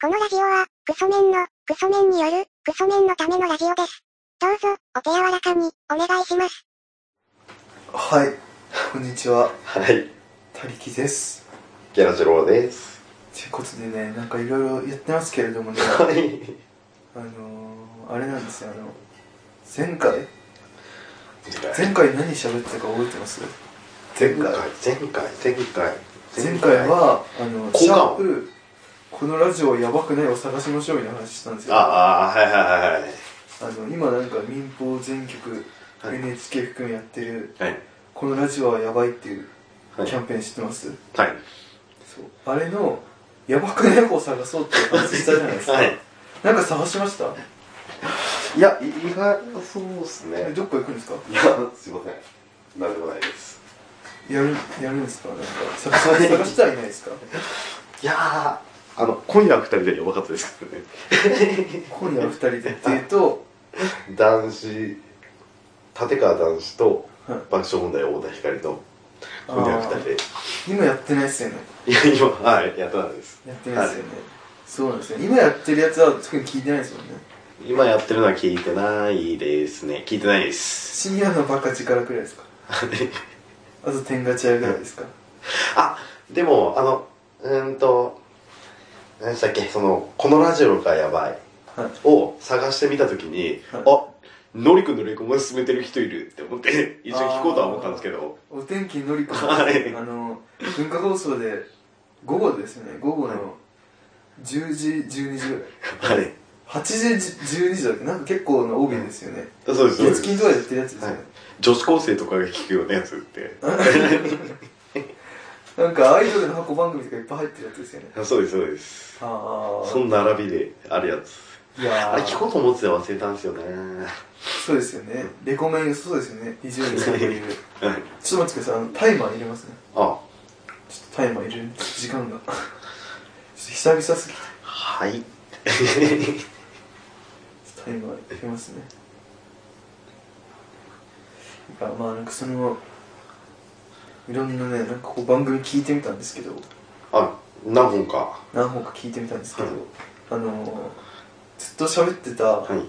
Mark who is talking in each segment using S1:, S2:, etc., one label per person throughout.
S1: このラジオは、クソメンの、クソメンによる、クソメンのためのラジオです。どうぞ、お手柔らかに、お願いします。
S2: はい、こんにちは、
S3: はい、
S2: たりきです。
S3: ギャラジローです。
S2: ということでね、なんかいろいろやってますけれど もね、
S3: はい。
S2: あのー、あれなんですよ、あの、前回前回何喋ってたか覚えてます
S3: 前回、前回、前回、
S2: 前回、は、あの、
S3: 効
S2: シ
S3: 果
S2: ャー
S3: 音
S2: プ、このラジオやばくないを探しましょうみたいな話したんですよ。あ
S3: ああ、はいはいはい
S2: の、今なんか民放全局、
S3: はい
S2: NHK 含めやってる、
S3: はい。
S2: このラジオはやばいっていうキ
S3: はい。
S2: ャンペーン知ってます、
S3: はい。
S2: そう。あれの、やばくないを探そうって話したじゃないですか。
S3: はい。
S2: なんか探しました
S3: いや、意外とそうですね。
S2: どっか行くんですか
S3: いや、すいません。なんでもないです。
S2: やるやるんですかなんか探し探したらいないですか
S3: いやー、あの、今夜二人でやばかったですけどね。
S2: 今夜二人でデート
S3: 男子、立川男子と
S2: はい
S3: 爆笑問題大田光の今夜二人で。
S2: 今やってないっすよね
S3: いや、今、はい、やったんです。
S2: やってないっすよねそうなんですよね今やってるやつは特に聞いてないですもんね
S3: 今やってるのは聞いてないですね。聞いてないです。
S2: 深夜のバカ力くらいですかあと天ガチャぐらいですか
S3: あでもあのうーんと何でしたっけその「このラジオがやばい
S2: はい」
S3: を探してみた時に、
S2: はい
S3: あのりくんのレコメン勧めてる人いるって思って 一緒に聞こうとは思ったんですけど
S2: お天気のりこさん、
S3: はい
S2: あの文化放送で午後ですよね午後の10時12時ぐらい
S3: はい
S2: 8時12時だっけなんか結構な帯ですよね
S3: そうですそうで
S2: 月金
S3: す
S2: とかでやってるやつですよね、
S3: はい女子高生とかが聞くようなやつって
S2: なんかアイドルの箱番組とかいっぱい入ってるやつですよね。
S3: そうですそうです
S2: あ
S3: その並びであるやつ
S2: いやー
S3: あれ聞こうと思ってたら忘れたんですよね
S2: そうですよね。レコメン、そうですよね。伊集院さんがいる。
S3: はい
S2: ちょっと待ってください。あの、タイマー入れますね。
S3: あ
S2: ちょっとタイマー入れる。時間が。ちょっと久々すぎて。
S3: はい
S2: タイマー入れますね。なんかまあなんかその、いろんなね、なんかこう番組聞いてみたんですけど、
S3: あ何本か
S2: 何本か聞いてみたんですけど、
S3: はい
S2: あのー、ずっと喋ってた、
S3: はい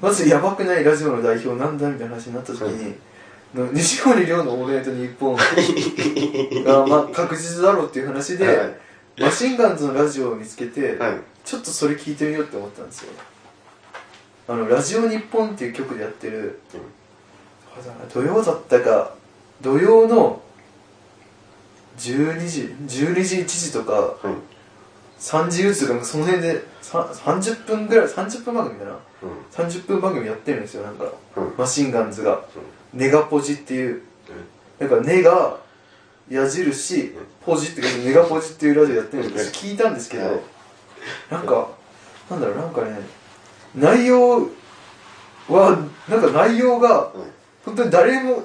S2: まずやばくないラジオの代表なんだみたいな話になった時に、の西森亮の「オールナイトニッポン」が、まあ、確実だろうっていう話で、マシンガンズのラジオを見つけて、
S3: はいはい
S2: ちょっとそれ聞いてみようって思ったんですよあの「ラジオ日本っていう曲でやってる、どこだな土曜だったか土曜の12時12時1時とか
S3: はい
S2: 3時打つとかその辺でさ30分ぐらい30分番組だな
S3: うん
S2: 30分番組やってるんですよなんか
S3: うん
S2: マシンガンズがネガポジっていうなんかネが矢印ポジって書いてネガポジっていうラジオやってるんですけど聞いたんですけ
S3: は
S2: ど
S3: い
S2: なんかなんだろうなんかね内容はなんか内容が
S3: うん
S2: 本当に誰も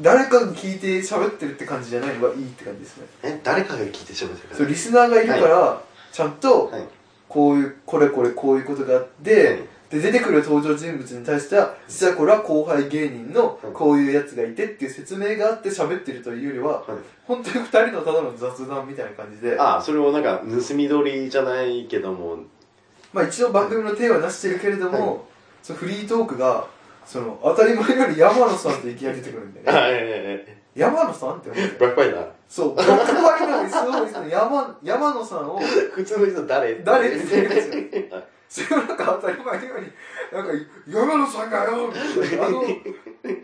S2: 誰かが聞いて喋ってるって感じじゃないのがいいって感じですね
S3: え誰かが聞いてしまってくだ
S2: そ
S3: さ
S2: うリスナーがいるからちゃんと
S3: はい
S2: こういうこれこれこういうことがあって、
S3: はい
S2: で出てくる登場人物に対しては実はこれは後輩芸人の
S3: はい
S2: こういうやつがいてっていう説明があって喋ってるというよりは
S3: はい
S2: 本当に二人のただの雑談みたいな感じで
S3: あそれをなんか盗み撮りじゃないけども
S2: まあ一応番組のテーマは出してるけれども、
S3: はい
S2: そのフリートークがその当たり前より山野さんっていきなり出てくるんで ね
S3: はいはいはい
S2: 山野さんって思って
S3: ブラックファイナー
S2: そう僕は今すごいその山山野さんを
S3: 普通の人誰
S2: 誰って言うんですよ
S3: はい
S2: それはなんか当たり前のように、なんか、山野さんがよみたいな、あの、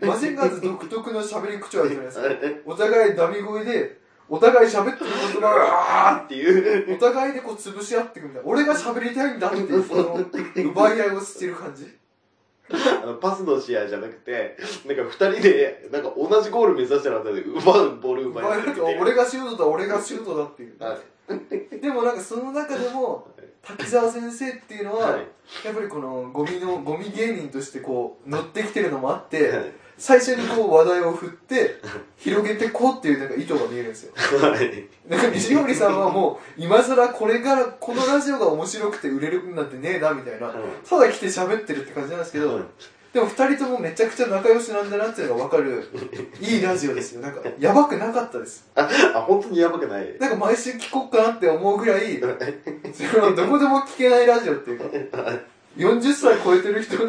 S2: マジンガーズ独特の喋り口調あるじゃないですか。お互いダミ声で、お互い喋ってる言葉
S3: っていう
S2: が、お互いでこう潰し合っていくみたいな。俺が喋りたいんだっていう、その、奪い合いをしてる感じ。
S3: あのパスの試合じゃなくてなんか二人でなんか同じゴール目指してるあたりで奪うボール奪い
S2: 奪い合い
S3: 合
S2: だ
S3: って
S2: と俺がシュートだ、俺がシュートだっていう。
S3: はい
S2: でもなんかその中でも、滝沢先生っていうのは、
S3: はい
S2: やっぱりこのゴミの、ゴミ芸人としてこう、乗ってきてるのもあって、
S3: はい
S2: 最初にこう話題を振って、広げてこうっていうなんか意図が見えるんですよ。
S3: はい
S2: なんか西堀さんはもう、今更これから、このラジオが面白くて売れるなんてねえな、みたいな。
S3: はい
S2: ただ来て喋ってるって感じなんですけど、
S3: はい
S2: でも2人ともめちゃくちゃ仲良しなんだなっていうのが分かるいいラジオですよなんかやばくなかったです
S3: あ本当にやばくない
S2: なんか毎週聞こっかなって思うぐらいそれはどこでも聞けないラジオっていうか40歳超えてる人の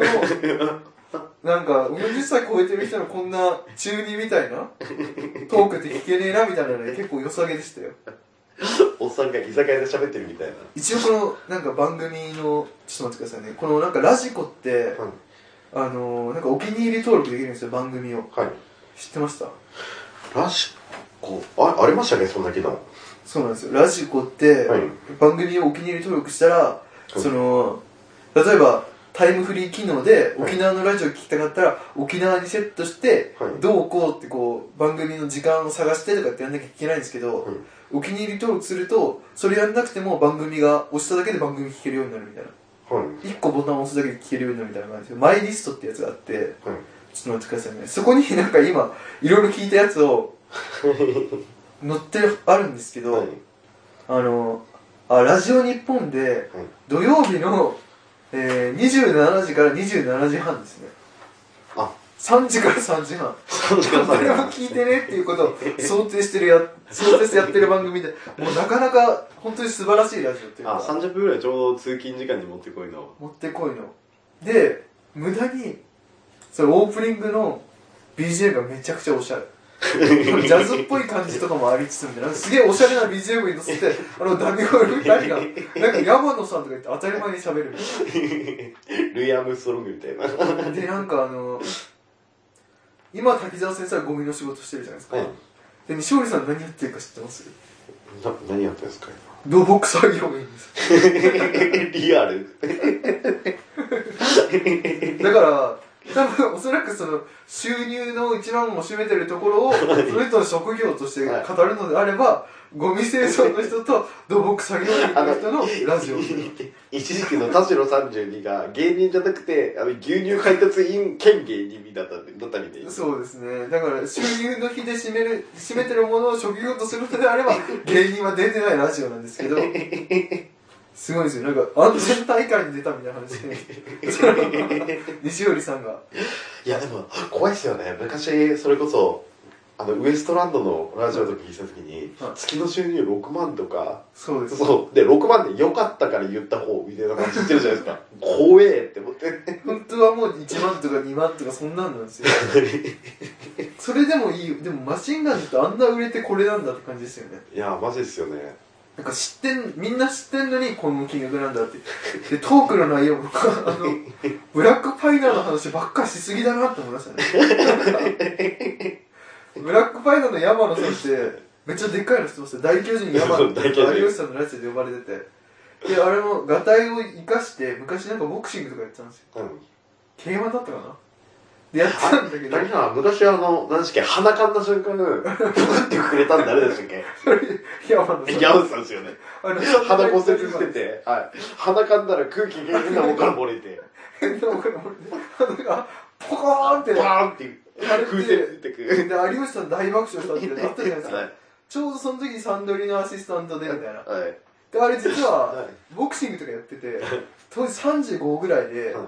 S2: なんか40歳超えてる人のこんな中二みたいなトークって聞けねえなみたいなので結構良さげでしたよ
S3: おっさんが居酒屋で喋ってるみたいな
S2: 一応このなんか番組のちょっと待ってくださいねこのなんかラジコって
S3: はい
S2: あのー、なんかお気に入り登録できるんですよ番組を
S3: はい
S2: 知ってました
S3: ラジコあありましたねそんな機能
S2: そうなんですよラジコって、
S3: はい
S2: 番組をお気に入り登録したら、
S3: い
S2: その例えばタイムフリー機能で
S3: はい
S2: 沖縄のラジオ聞きたかったら、沖縄にセットして、
S3: はい
S2: どうこうってこう番組の時間を探してとかってやんなきゃいけないんですけど、
S3: はい
S2: お気に入り登録するとそれやんなくても番組が押しただけで番組聞けるようになるみたいな
S3: はい
S2: 1個ボタンを押すだけで聞けるようになるみたいな感じでマイリストってやつがあって
S3: はい
S2: ちょっと待ってくださいねそこになんか今いろいろ聞いたやつ を載ってあるんですけど、
S3: はい
S2: あのあラジオ日本で
S3: はい
S2: 土曜日の、えー、27時から27時半ですね
S3: あ
S2: 3時から3時半
S3: そんな感
S2: 誰
S3: じ
S2: も聞いてねっていうことを想定してるや想定してやってる番組でもうなかなか本当に素晴らしいラジオっていう
S3: あ
S2: か
S3: 30分ぐらいちょうど通勤時間に持ってこいの
S2: 持ってこいので無駄にそれオープニングの BGM がめちゃくちゃおしゃれジャズっぽい感じとかもありつつみたいな、すげえおしゃれな BGM に乗せて、あの、ダミ声の二人が、なんか山野さんとか言って当たり前に喋るみ
S3: ルイ・アームストロングみたいな
S2: たいな。で、なんかあの、今滝沢先生はゴミの仕事してるじゃないですか。
S3: はい
S2: で、西堀さん何やってるか知ってます
S3: な何やってんですか
S2: 土木作業員です。
S3: 今リアル
S2: だから、多分おそらくその収入の一番を占めてるところをその人の職業として語るのであればゴミ清掃の人と土木作業員の人のラジオみたいな
S3: 一時期の田代32が芸人じゃなくてあの牛乳配達員兼芸人だったんでだったみたいな
S2: そうですねだから収入の日で占める占めてるものを職業とするのであれば芸人は出てないラジオなんですけどすごいですよなんか安全大会に出たみたいな話でその西織さんが
S3: いやでも怖いっすよね昔それこそあのウエストランドのラジオとか聞いた時に、
S2: はい
S3: 月の収入6万とか
S2: そうです
S3: そうで6万で良かったから言った方みたいな感じしてるじゃないですか怖えって思って
S2: 本当はもう1万とか2万とかそんなんなん ですよそれでもいいでもマシンガンズってあんな売れてこれなんだって感じですよね
S3: いやマジですよね
S2: なんか知ってんみんな知ってんのにこの金額なんだってでトークの内容もあのブラックパイナーの話ばっかしすぎだなって思いましたねブラックパイナーの山野さんってめっちゃでっかいの知ってますよ大巨人山野
S3: 大巨人
S2: 有吉さんのラジオで呼ばれててであれもガタイを生かして昔なんかボクシングとかやってたんですよ
S3: うん
S2: 競馬だったかなでやってたんだけど
S3: 何か昔あの何でしたっけ鼻かんだ瞬間にブってくれたん誰でしたっけ
S2: 山野さん
S3: ヤウさんですよね
S2: あの
S3: 鼻骨折してて、はい、鼻かんだら空気が変なもんから漏れて
S2: 変な俺なんかポコーンって
S3: バーンって風船出てく
S2: で
S3: る
S2: 有吉さん大爆笑したってなったじゃないです
S3: は
S2: か
S3: い
S2: ちょうどその時サンドリのアシスタントでみたいな
S3: はい
S2: であれ実
S3: は
S2: はいボクシングとかやってて当時35ぐらいで
S3: はい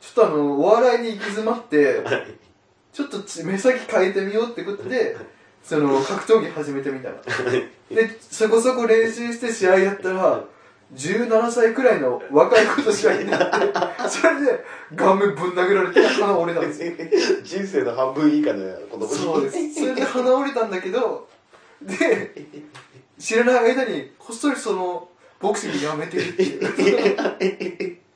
S2: ちょっとあのお笑いに行き詰まってちょっとち目先変えてみようってことでその格闘技始めてみたらでそこそこ練習して試合やったら17歳くらいの若い子と試合になってそれで顔面ぶん殴られて鼻折れたんですよ
S3: 人生の半分以下の子供に
S2: そうですそれで鼻折れたんだけどで知らない間にこっそりそのボクシングやめてるっていう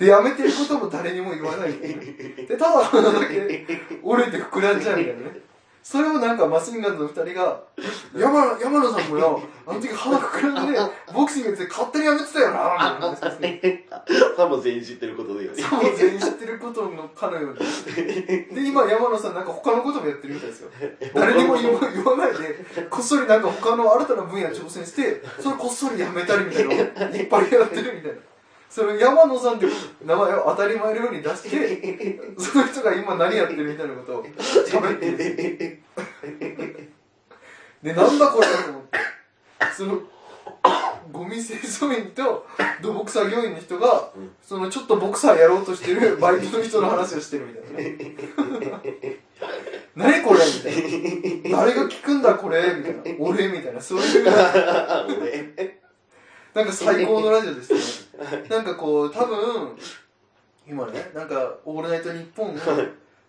S2: でやめてることも誰にも言わないっていうでただ鼻だけ折れて膨らんじゃうみたいなねそれをなんかマシンガンズの二人が山野山野さんもよあの時鼻膨らんでボクシングやって勝手にやめてたよなみたいな話ですね
S3: さも全員知ってることだよね
S2: さも全員知ってることのかのようにで今山野さんなんか他のこともやってるみたいですよ誰にも言わ言わないでこっそりなんか他の新たな分野に挑戦してそれこっそりやめたりみたいなのをいっぱいやってるみたいなそれを山野さんって名前を当たり前のように出してその人が今何やってるみたいなことを喋ってるんですよでなんだこれだと思ってそのゴミ清掃員と土木作業員の人が、
S3: うん
S2: そのちょっとボクサーやろうとしてるバイトの人の話をしてるみたいな、ね、何これみたいな誰が聞くんだこれみたいな俺みたいなそういう
S3: 俺
S2: なんか最高のラジオですよね。なんかこう、多分、今ね、なんか、オールナイトニッポン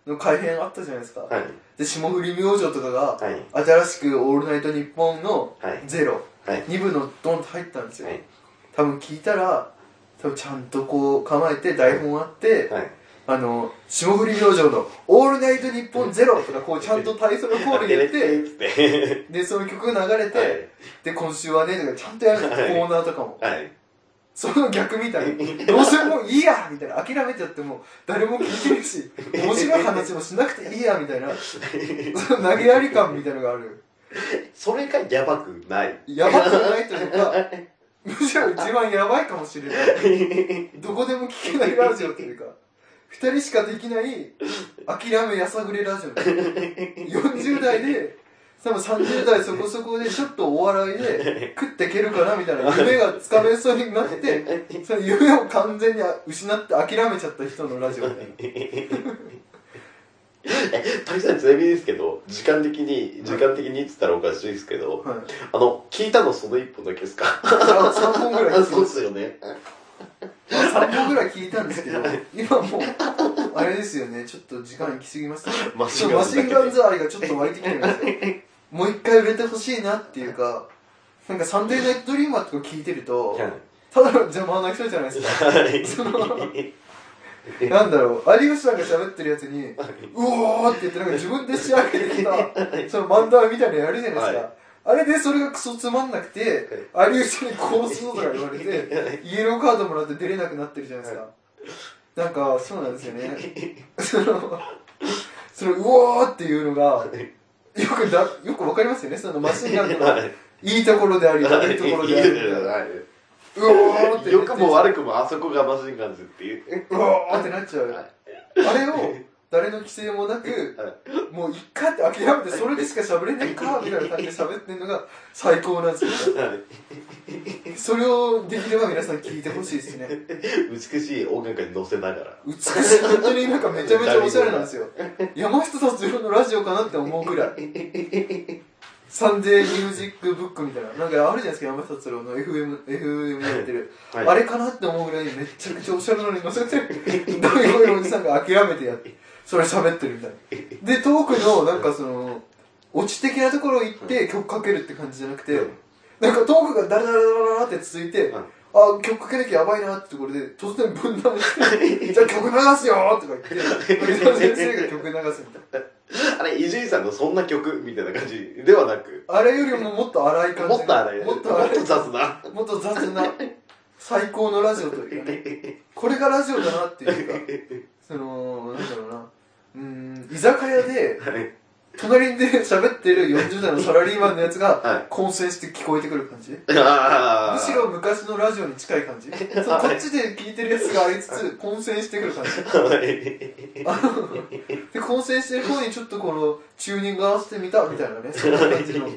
S2: の改編あったじゃないですか。
S3: はい
S2: で、霜降り明星とかが、
S3: はい
S2: 新しくオールナイトニッポンの
S3: はい
S2: ゼロ、
S3: はい
S2: 2部のドンと入ったんですよ。
S3: はい
S2: 多分聞いたら、多分ちゃんとこう構えて台本あって、
S3: はい
S2: あの、霜降り明星のオールナイトニッポンゼロとか、こうちゃんとタイトルコール入れて、
S3: つって
S2: で、その曲が流れて、
S3: はい
S2: で、今週はね、とかちゃんとやるんですよ、
S3: はい
S2: コーナーとかも。
S3: はい
S2: その逆みたいな。どうせもういいやみたいな。諦めちゃってもう誰も聞いてるし、面白い話もしなくていいやみたいな。その投げやり感みたいのがある。
S3: それがやばくない
S2: やばくないというか、むしろ一番やばいかもしれない。どこでも聞けないラジオというか、二人しかできない諦めやさぐれラジオ。40代で、多分30代そこそこでちょっとお笑いで食っていけるかなみたいな夢がつかめそうになって、その夢を完全に失って諦めちゃった人のラジオみたいな
S3: え滝さんちなみにですけど時間的に時間的にっつったらおかしいですけど、
S2: はい
S3: あの聞いたのその一本だけですか
S2: あ3本ぐらい
S3: あ
S2: 聞
S3: そう
S2: い
S3: っすよね
S2: た3本ぐらい聞いたんですけど今もうあれですよねちょっと時間行き過ぎましたね
S3: マシン
S2: そう
S3: ガン
S2: マ
S3: ズ
S2: シ
S3: だ
S2: ン
S3: け
S2: ガンズ愛がちょっと湧いてきてるんですよもう一回売れてほしいなっていうかなんか「サンデーナイトドリーマー」とか聞いてるとただの邪魔な人じゃないですかそのなんだろう有吉さんが喋ってるやつに「うおー!」って言ってなんか自分で仕上げてきたその漫談みたいなのやるじゃないですか、
S3: は
S2: あれでそれがクソつまんなくて、有吉さんにこうするとか言われてイエローカードもらって出れなくなってるじゃないですか、なんかそうなんですよ ねそのそのうおーっていうのがよくだよくわかりますよねそのマシンガンズの
S3: はい
S2: いいところであり悪いところでありみたいなうおーって
S3: よくも悪
S2: く
S3: くもあそこがマシンガンズっていう
S2: うおーってなっちゃう、
S3: は
S2: あれを誰の規制もなくもういっかって諦めてそれでしか喋れないかみたいな感じで喋ってんのが最高なんですよそれをできれば皆さん聞いてほしいですね
S3: 美しい音楽に乗せながら
S2: 美しい本当になんかめちゃめちゃおしゃれなんですよ山下達郎のラジオかなって思うぐらいサンデーミュージックブックみたいななんかあるじゃないですか山下達郎の FM, FM やってる、
S3: はい
S2: あれかなって思うぐらいめちゃくちゃおしゃれなのに乗せて大声のおじさんが諦めてやってそれ喋ってるみたいなでトークのなんかそのオチ的なところ行って曲かけるって感じじゃなくて、
S3: うん
S2: なんかトークがダラダラダラって続いて、
S3: うん
S2: あ曲かけなきゃやばいなってところで突然分断 して「じゃあ曲流すよ!」とか言って森田先生が曲流すみたい
S3: あれ伊集院さんのそんな曲みたいな感じではなく
S2: なあれよりももっと荒い感じ
S3: もっと荒い
S2: もっと荒い
S3: 雑な
S2: もっと雑な最高のラジオというかねこれがラジオだなっていうかそのなんだろうなうーん居酒屋で
S3: はい
S2: 隣で喋ってる40代のサラリーマンのやつ
S3: はい
S2: が混戦して聞こえてくる感じむしろ昔のラジオに近い感 じそうこっちで聞いてるやつがありつつ混戦してくる感じあので混戦してる方にちょっとこのチューニング合わせてみたみたいな ねそんな感じの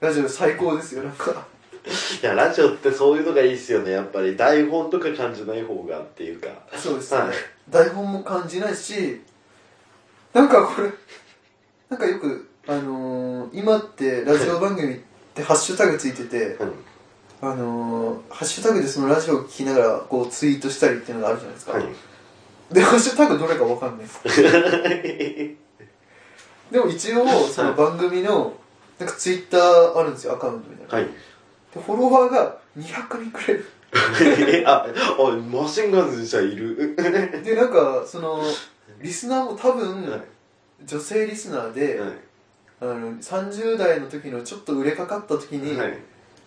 S2: ラジオ最高ですよなんか
S3: いやラジオってそういうのがいいっすよねやっぱり台本とか感じない方がっていうか
S2: そうですね
S3: はい
S2: 台本も感じないしなんかこれなんかよくあのー、今ってラジオ番組ってハッシュタグついてて
S3: うん
S2: あのー、ハッシュタグでそのラジオを聞きながらこうツイートしたりっていうのがあるじゃないですか、でハッシュタグどれかわかんない ですでも一応その番組のなんかツイッターあるんですよアカウントみたいな、
S3: はい
S2: でフォロワーが200人くらい
S3: ああマシンガンズじゃいる
S2: でなんかそのリスナーも多分、
S3: はい
S2: 女性リスナーで、
S3: は
S2: あの30代の時のちょっと売れかかった時
S3: い
S2: に、
S3: はい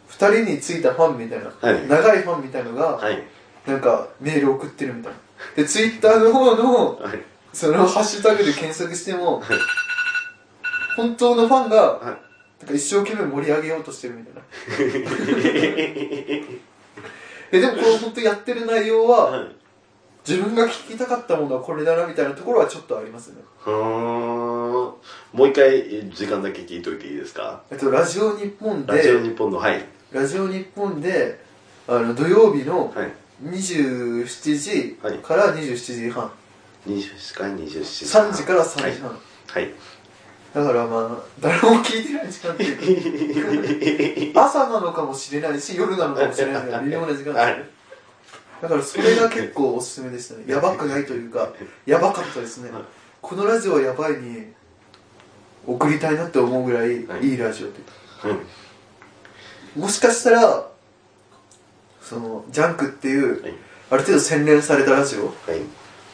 S2: 2人についたファンみたいな、
S3: はい
S2: 長いファンみたいのが、
S3: はい
S2: なんかメール送ってるみたいなでツイッターの方の
S3: はい
S2: そのハッシュタグで検索しても、本当のファンが
S3: は
S2: なんか一生懸命盛り上げようとしてるみ たいなえでもこの本当やってる内容は、
S3: はい
S2: 自分が聞きたかったものはこれだなみたいなところはちょっとありますね
S3: うーんもう一回時間だけ聞いといていいですか
S2: えっとラジオ日本で
S3: ラジオ日本のはい
S2: ラジオ日本であの土曜日の
S3: はい
S2: 27時
S3: はい
S2: から27時半、
S3: 20から27時
S2: 3時から3時半、
S3: はい
S2: だからまあ誰も聞いてない時間っていうか朝なのかもしれないし夜なのかもしれないから微妙な時間
S3: は
S2: なん
S3: い
S2: ですよだからそれが結構おすすめでしたねやばくないというかやばかったですね
S3: はい
S2: このラジオはやばいに送りたいなって思うぐらい
S3: はい
S2: いいラジオって
S3: うん
S2: もしかしたらそのジャンクっていう
S3: はい
S2: ある程度洗練されたラジオ
S3: はい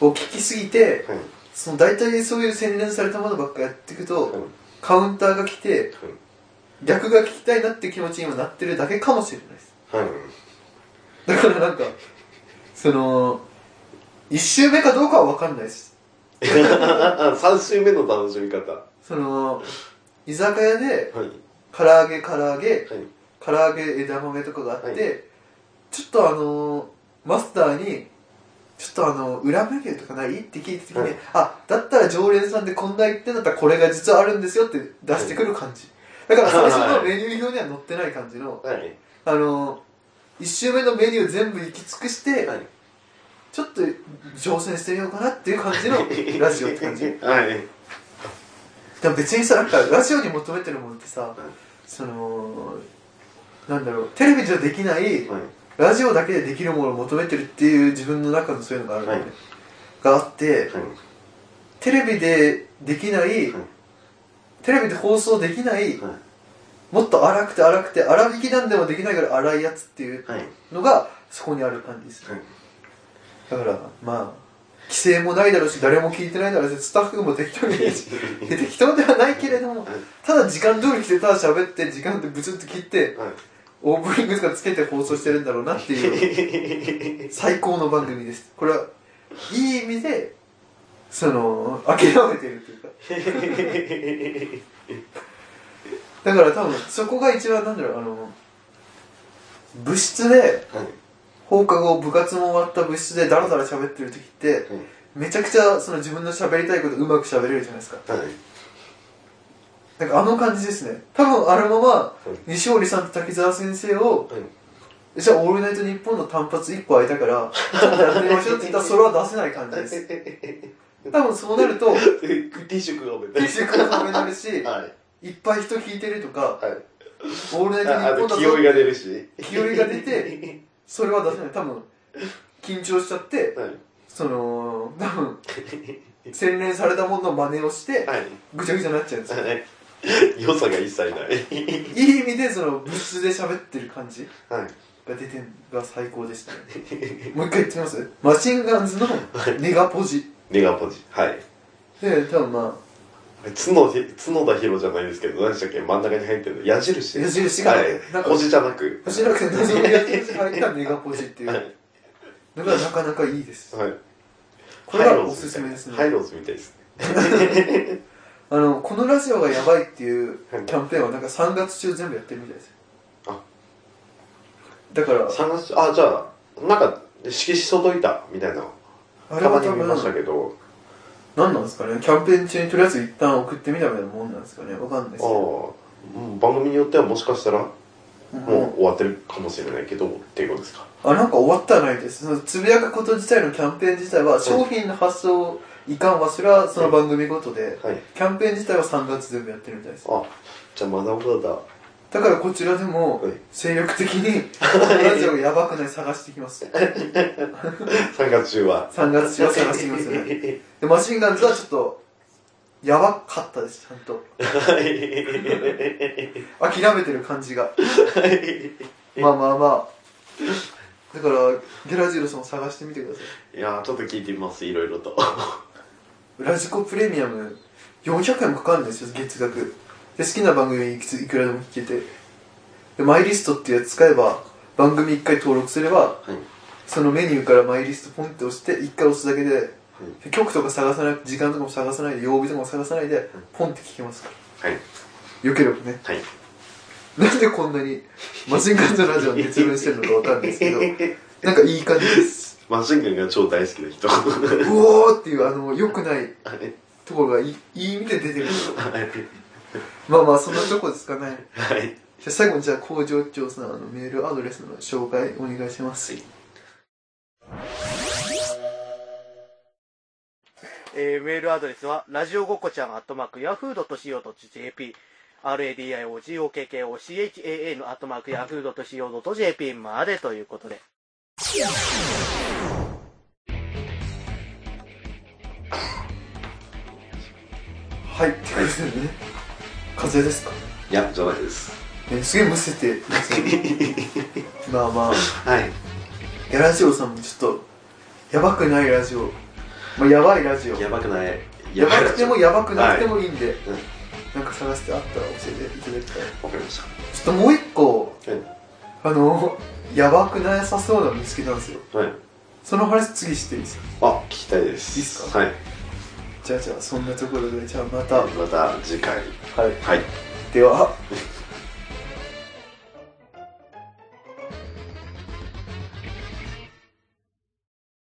S2: を聞きすぎて
S3: はい
S2: その大体そういう洗練されたものばっかやっていく
S3: はい
S2: とカウンターが来て逆が聞きたいなって気持ちに今なってるだけかもしれないです
S3: はい
S2: だからなんかその1周目かどうかは分かんないです
S3: 3週目の楽しみ方は
S2: その居酒屋で
S3: いはい
S2: 唐揚げ唐揚げ唐揚げ枝豆とかがあって、
S3: はい
S2: ちょっとあのマスターに「ちょっとあの裏メニューとかない?」って聞いた時に、
S3: はい
S2: あだったら常連さんでこんな言ってんだったらこれが実はあるんですよって出してくる感じ、だから最初のメニュー表には載ってない感じの
S3: はい
S2: あの1周目のメニュー全部行き尽くして、
S3: はい
S2: ちょっと挑戦してみようかなっていう感 じのラジオって感じ
S3: はい
S2: でも別にさなんかラジオに求めてるものってさ、
S3: い
S2: そのなんだろうテレビじゃできない、
S3: はい
S2: ラジオだけでできるものを求めてるっていう自分の中のそういうのがあるのね、
S3: はい
S2: があって、
S3: はい
S2: テレビでできない、
S3: はい
S2: テレビで放送できない、
S3: は
S2: もっと荒くて荒くて荒引きなんでもできないから荒いやつっていう
S3: いはい
S2: のがそこにある感じです
S3: はい
S2: だからまあ規制もないだろうし誰も聞いてないだろうしスタッフも適当に適当ではないけれども
S3: はい
S2: ただ時間通り来てただ喋って時間でブツッと切って
S3: はい
S2: オープニングとかつけて放送してるんだろうなっていう最高の番組ですこれはいい意味でその諦めてるというかだから多分そこが一番なんだろうあの部室で
S3: はい
S2: 放課後部活も終わった部室でダラダラ喋ってる時って、めちゃくちゃその自分の喋りたいことうまく喋れるじゃないですか
S3: はい
S2: なんかあの感じですね多分あのまま
S3: うん
S2: 西堀さんと滝沢先生を
S3: は
S2: 「
S3: い
S2: じゃあオールナイトニッポン」の単発1個空いたからちょっとやってみましょうって言ったらそれは出せない感じです 多分そうなると
S3: ティッシュくんが
S2: 結局ダメになるし
S3: はい
S2: いっぱい人聞いてるとか
S3: はい
S2: 「オールナイトニ
S3: あ
S2: ッポ
S3: と
S2: ン」だ
S3: 気負い
S2: と
S3: が出るし
S2: 気負いが出てそれは出せない多分緊張しちゃって
S3: はい
S2: その多分洗練されたものの真似をして
S3: はい
S2: ぐちゃぐちゃになっちゃうんですよ
S3: はい良さが一切ない
S2: いい意味でその物質で喋ってる感じ
S3: はい
S2: が出てんが最高でしたねもう一回言ってみますマシンガンズのネガポジ
S3: ネガポジはい
S2: で多分ま
S3: 角ひ角田博じゃないですけど何でしたっけ真ん中に入ってるの矢印
S2: あ矢印が、
S3: は
S2: なん
S3: い
S2: か
S3: ポジじゃなく
S2: 星野君の謎のやつに入ったネガポジってい
S3: は
S2: う
S3: い
S2: のがなかなかいいです
S3: はい
S2: これはおすすめですね、
S3: ハイローズみたいですね
S2: あのこのラジオがやばいっていうキ
S3: はい
S2: ャンペーンはなんか3月中全部やってるみたいです
S3: あ
S2: だから
S3: 探しあじゃあなんか色紙届いたみたいな
S2: あれ
S3: たま
S2: は
S3: に
S2: 多
S3: 見ました
S2: 分
S3: けど
S2: 何なんですかねキャンペーン中にとりあえず一旦送ってみたみたいなもんなんですかねわかんないですけど
S3: ああうん番組によってはもしかしたらもう
S2: もう
S3: 終わってるかもしれないけどっていうことですか
S2: あなんか終わったらないですそのつぶやくこと自体のキャンペーン自体は商品の発送いかんはそれはその番組ごとで
S3: はい
S2: キャンペーン自体は3月全部やってるみたいです
S3: あじゃあまだまだ
S2: だからこちらでも
S3: はい
S2: 精力的にこのラジオやばくない探してきます
S3: 3月中は
S2: 3月中は探してきますねでマシンガンズはちょっとやばかったですちゃんと諦めてる感じがまあまあまあだからゲラジロさんを探してみてください
S3: いやーちょっと聞いてみますいろいろと
S2: ラジコプレミアム400円もかかるんですよ月額で好きな番組いくついくらでも聞けてでマイリストっていうやつ使えば番組1回登録すれば
S3: はい
S2: そのメニューからマイリストポンって押して1回押すだけで、曲とか探さなく時間とかも探さないで曜日とかも探さないでポンって聞けますか
S3: はい
S2: らよければね
S3: はい
S2: なんでこんなにマシンガンズラジオに熱弁してるのかわかんないですけどなんかいい感じです
S3: マシンガンが超大好きな人は
S2: うおーっていうあの良くない
S3: い
S2: ところがいいいい意味で出てるんですよ
S3: はい
S2: まあまあそんなとこですかね
S3: はい
S2: じゃあ最後にじゃあ工場長さんあのメールアドレスの紹介お願いします、
S3: はい
S4: えーメールアドレスは、ラジオごっこちゃん、アットマーク、ヤフードと .co.jp、radiogokkoCHAA のアットマーク、ヤフードと .co.jp までということで。
S2: はいってことですよね風邪ですか
S3: いやじゃないです
S2: えすげえむせてますねまあまあ
S3: はい
S2: いやラジオさんもちょっとやばくないラジオ、まあ、やばいラジオ
S3: やばくない
S2: やばくてもやばくなくて
S3: も
S2: もいいんで、
S3: うん
S2: なんか探してあったら教えていただきたい
S3: わかりまし
S2: ちょっともう一個
S3: たは
S2: あのやばくなさそうなの見つけたんですよ
S3: いはい
S2: その話次していいですか
S3: あ聞きたいです
S2: いいっすか
S3: はい
S2: じゃあじゃあそんなところでじゃあまた
S3: ま
S2: は
S3: た次回
S2: い
S3: はい
S2: では